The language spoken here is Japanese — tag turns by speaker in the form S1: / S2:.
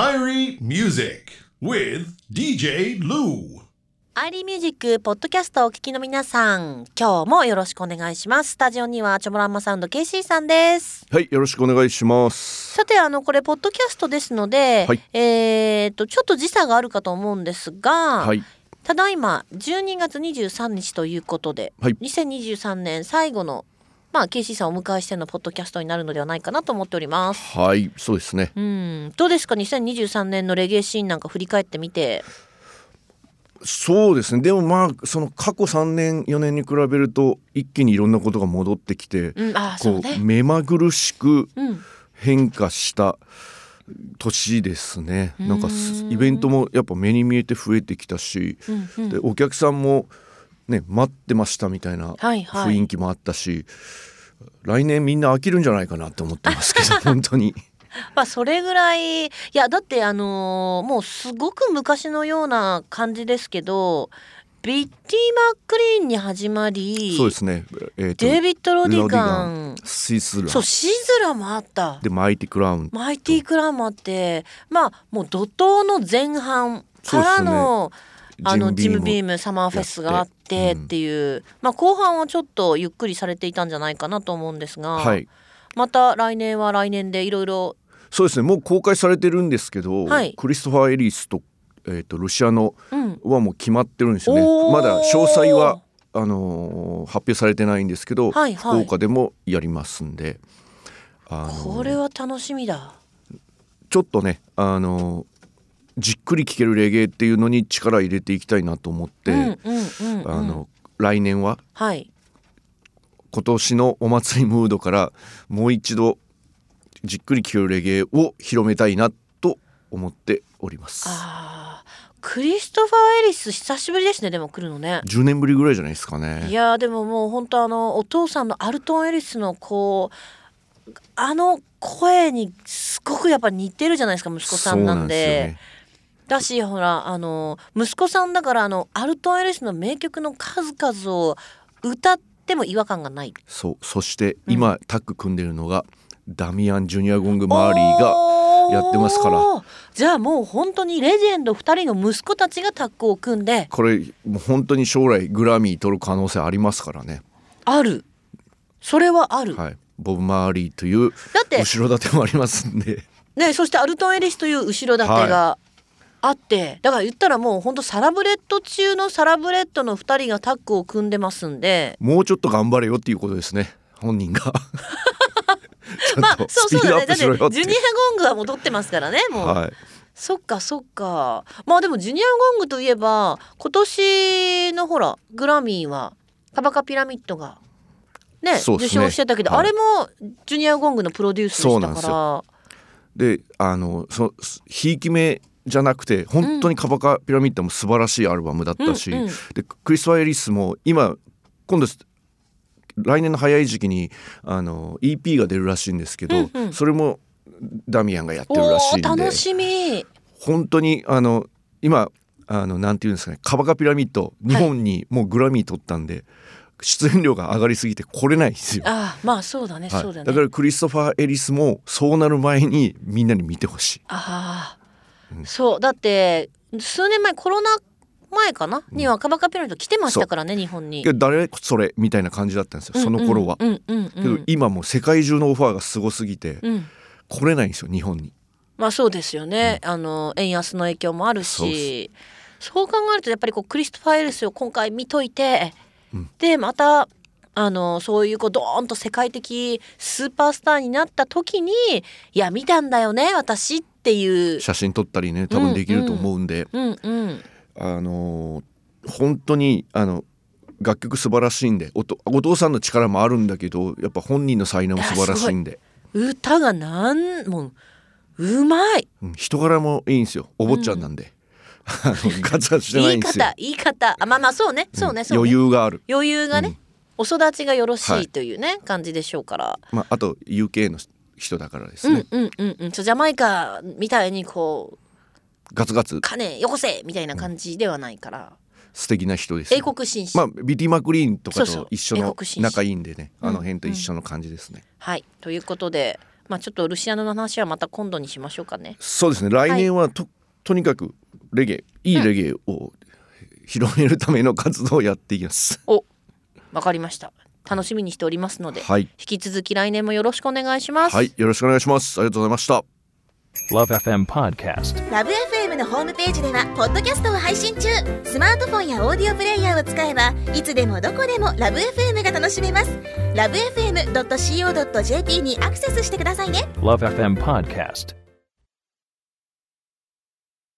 S1: Irie Music with DJ Lou.
S2: アイリーミュージックポッドキャストをお聞きの皆さん、今日もよろしくお願いします。スタジオにはチョモランマサウンド KC さんです。
S3: はい、よろしくお願いします。
S2: さて、あの、これ、ポッドキャストですので、
S3: はい
S2: えーっと、ちょっと時差があるかと思うんですが、
S3: はい、
S2: ただいま12月23日ということで、
S3: はい
S2: 2023年最後の、まあ、KC さんをお迎えしてのポッドキャストになるのではないかなと思っております。
S3: はい、そうですね。
S2: うん、どうですか2023年のレゲエシーンなんか振り返ってみて
S3: そうですね。でもまあその過去3年4年に比べると一気にいろんなことが戻ってきて、
S2: うんあーそう
S3: こ
S2: ね
S3: う目まぐるしく
S2: うん
S3: 変化した年ですね。なんかす
S2: うーん
S3: イベントもやっぱ目に見えて増えてきたし、
S2: うんうん
S3: でお客さんもね待ってましたみたいな
S2: はいはい
S3: 雰囲気もあったし。来年みんな飽きるんじゃないかなって思ってますけ ど本当に
S2: まあそれぐらいいやだってあのーもうすごく昔のような感じですけどビッティ・マックリーンに始まり
S3: そうですね、えーと
S2: デイビッド・ロディガン
S3: ロスイスラン
S2: そうシズラもあった
S3: でマイティクラウン
S2: マイティ・クラーマーってまあもう怒涛の前半からの,、あのジム・ビームサマーフェスがあって
S3: や
S2: っ
S3: ってうん
S2: ていう、まあ後半はちょっとゆっくりされていたんじゃないかなと思うんですが、
S3: はい
S2: また来年は来年でいろいろ
S3: そうですねもう公開されてるんですけど、
S2: はい
S3: クリストファー・エリスと,、えー、とルシアノ
S2: うん
S3: はもう決まってるんですよね
S2: おー
S3: まだ詳細はあのー発表されてないんですけど、
S2: はいはい
S3: 福岡でもやりますんで、あのー
S2: これは楽しみだ。
S3: ちょっとね、あのーじっくり聴けるレゲエっていうのに力入れていきたいなと思って、
S2: うんうんうんうん
S3: あの来年は
S2: はい
S3: 今年のお祭りムードからもう一度じっくり聴けるレゲエを広めたいなと思っております
S2: あークリストファー・エリス久しぶりですねでも来るのね。
S3: 10年ぶりぐらいじゃないですか
S2: い
S3: ね
S2: やーでももう本当あのお父さんのアルトン・エリスのこうあの声にすごくやっぱ似てるじゃないですか息子さんなんでだしほらあの息子さんだからあのアルトン・エリスの名曲の数々を歌っても違和感がない
S3: そうなんですよねそうそして今、タッグ組んでるのがダミアン・ジュニア・ゴング・マーリーがやってますから
S2: おーじゃあもう本当にレジェンド2人の息子たちがタッグを組んで
S3: これもう本当に将来グラミー取る可能性ありますからね、
S2: あるそれはある、
S3: はい、ボブ・マーリーという
S2: だって
S3: 後ろ盾もありますんで
S2: ね、そしてアルトン・エリスという後ろ盾があって、だから言ったらもう本当サラブレッド中のサラブレッドの2人がタッグを組んでますんで
S3: もうちょっと頑張れよっていうことですね本人がち
S2: まあ
S3: ょっと
S2: そう
S3: ス
S2: そ
S3: ピ
S2: う
S3: ー
S2: だ
S3: ド
S2: ねだ
S3: アップ
S2: っ
S3: してろよって
S2: ジュニアゴングは戻ってますからねもう、
S3: はい、
S2: そっかそっかまあでもジュニアゴングといえば今年のほらグラミーはタバカピラミッドがね
S3: そう
S2: 受
S3: ですね
S2: 賞してたけど、
S3: はい
S2: あれもジュニアゴングのプロデュースで
S3: そ
S2: し
S3: うな
S2: た
S3: んです
S2: か
S3: であのそすひいき目じゃなくて本当にカバカピラミッドも素晴らしいアルバムだっ
S2: ら
S3: たし、
S2: うんうん
S3: でクリス・ファイエリスも今今度来年の早い時期にあの EP が出るらしいんですけど、
S2: うんうん
S3: それもダミアンがやってる
S2: お
S3: らしいん
S2: ー
S3: で
S2: 楽しみ
S3: 本当にあの今あのなんていうんですかねカバカピラミッド日本にもうグラミー取ったんで、出演料が上がりすぎて来れないんですよ。
S2: ああまあそうだね、
S3: はい
S2: そうだね
S3: だからクリストファー・エリスもそうなる前にみんなに見てほしい。
S2: ああ、そうだって数年前コロナ前かな、にはカバカピラミッド来てましたからね日本に
S3: いや誰それみたいな感じだったんですよその頃は。
S2: うんうんうん、うん
S3: けど今もう世界中のオファーがすごすぎて
S2: うん
S3: 来れないんですよ日本に。
S2: まあそうですよね、あの円安の影響もある
S3: そう
S2: しそう考えるとやっぱりこうクリストファイルスを今回見といて、でまたあのそういうこうドーンと世界的スーパースターになった時に「いや見たんだよね私」っていう。
S3: 写真撮ったりね多分できると思うんで、
S2: うんうん、
S3: あのー本当にあの楽曲素晴らしいんでおとお父さんの力もあるんだけどやっぱ本人の才能も素晴らしいんで
S2: 歌がなんもううまい
S3: うん人柄もいいんですよお坊ちゃんなんで、 あのガツガツしてな
S2: 言
S3: い
S2: い
S3: んですよ
S2: 方言い方あまあまあそうねそうねそうね
S3: 余裕がある、
S2: 余裕がね、お育ちがよろし
S3: はい
S2: いというね、感じでしょうから、
S3: まあ、あと UK の人だからです
S2: う
S3: ね、
S2: んうんうんうんそうジャマイカみたいにこう
S3: ガツガツ
S2: 金よこせみたいな感じではないから、
S3: 素敵な人ですよ
S2: 英国紳士、
S3: まあ、ビティ・マクリーンとか
S2: そうそう
S3: と一緒
S2: 英
S3: の
S2: 国紳士
S3: 仲いいんでね
S2: うん
S3: あの辺と一緒の感じですね、
S2: はいということでまあちょっとルシアナの話はまた今度にしましょうかね。
S3: そうですね来年はと,、とにかくレゲエいいレゲエを広めるための活動をやっていきます。
S2: お、わかりました。楽しみにしておりますので、
S3: はい
S2: 引き続き来年もよろしくお願いします。
S3: はい、よろしくお願いします。ありがとうございました。
S4: Love FM Podcast.
S5: ラブ f m のホームページではポッドキャストを配信中スマートフォンやオーディオプレイヤーを使えばいつでもどこでもラブ f m が楽しめますラブ FM.co.jp にアクセスしてくださいね
S4: Love FM Podcast.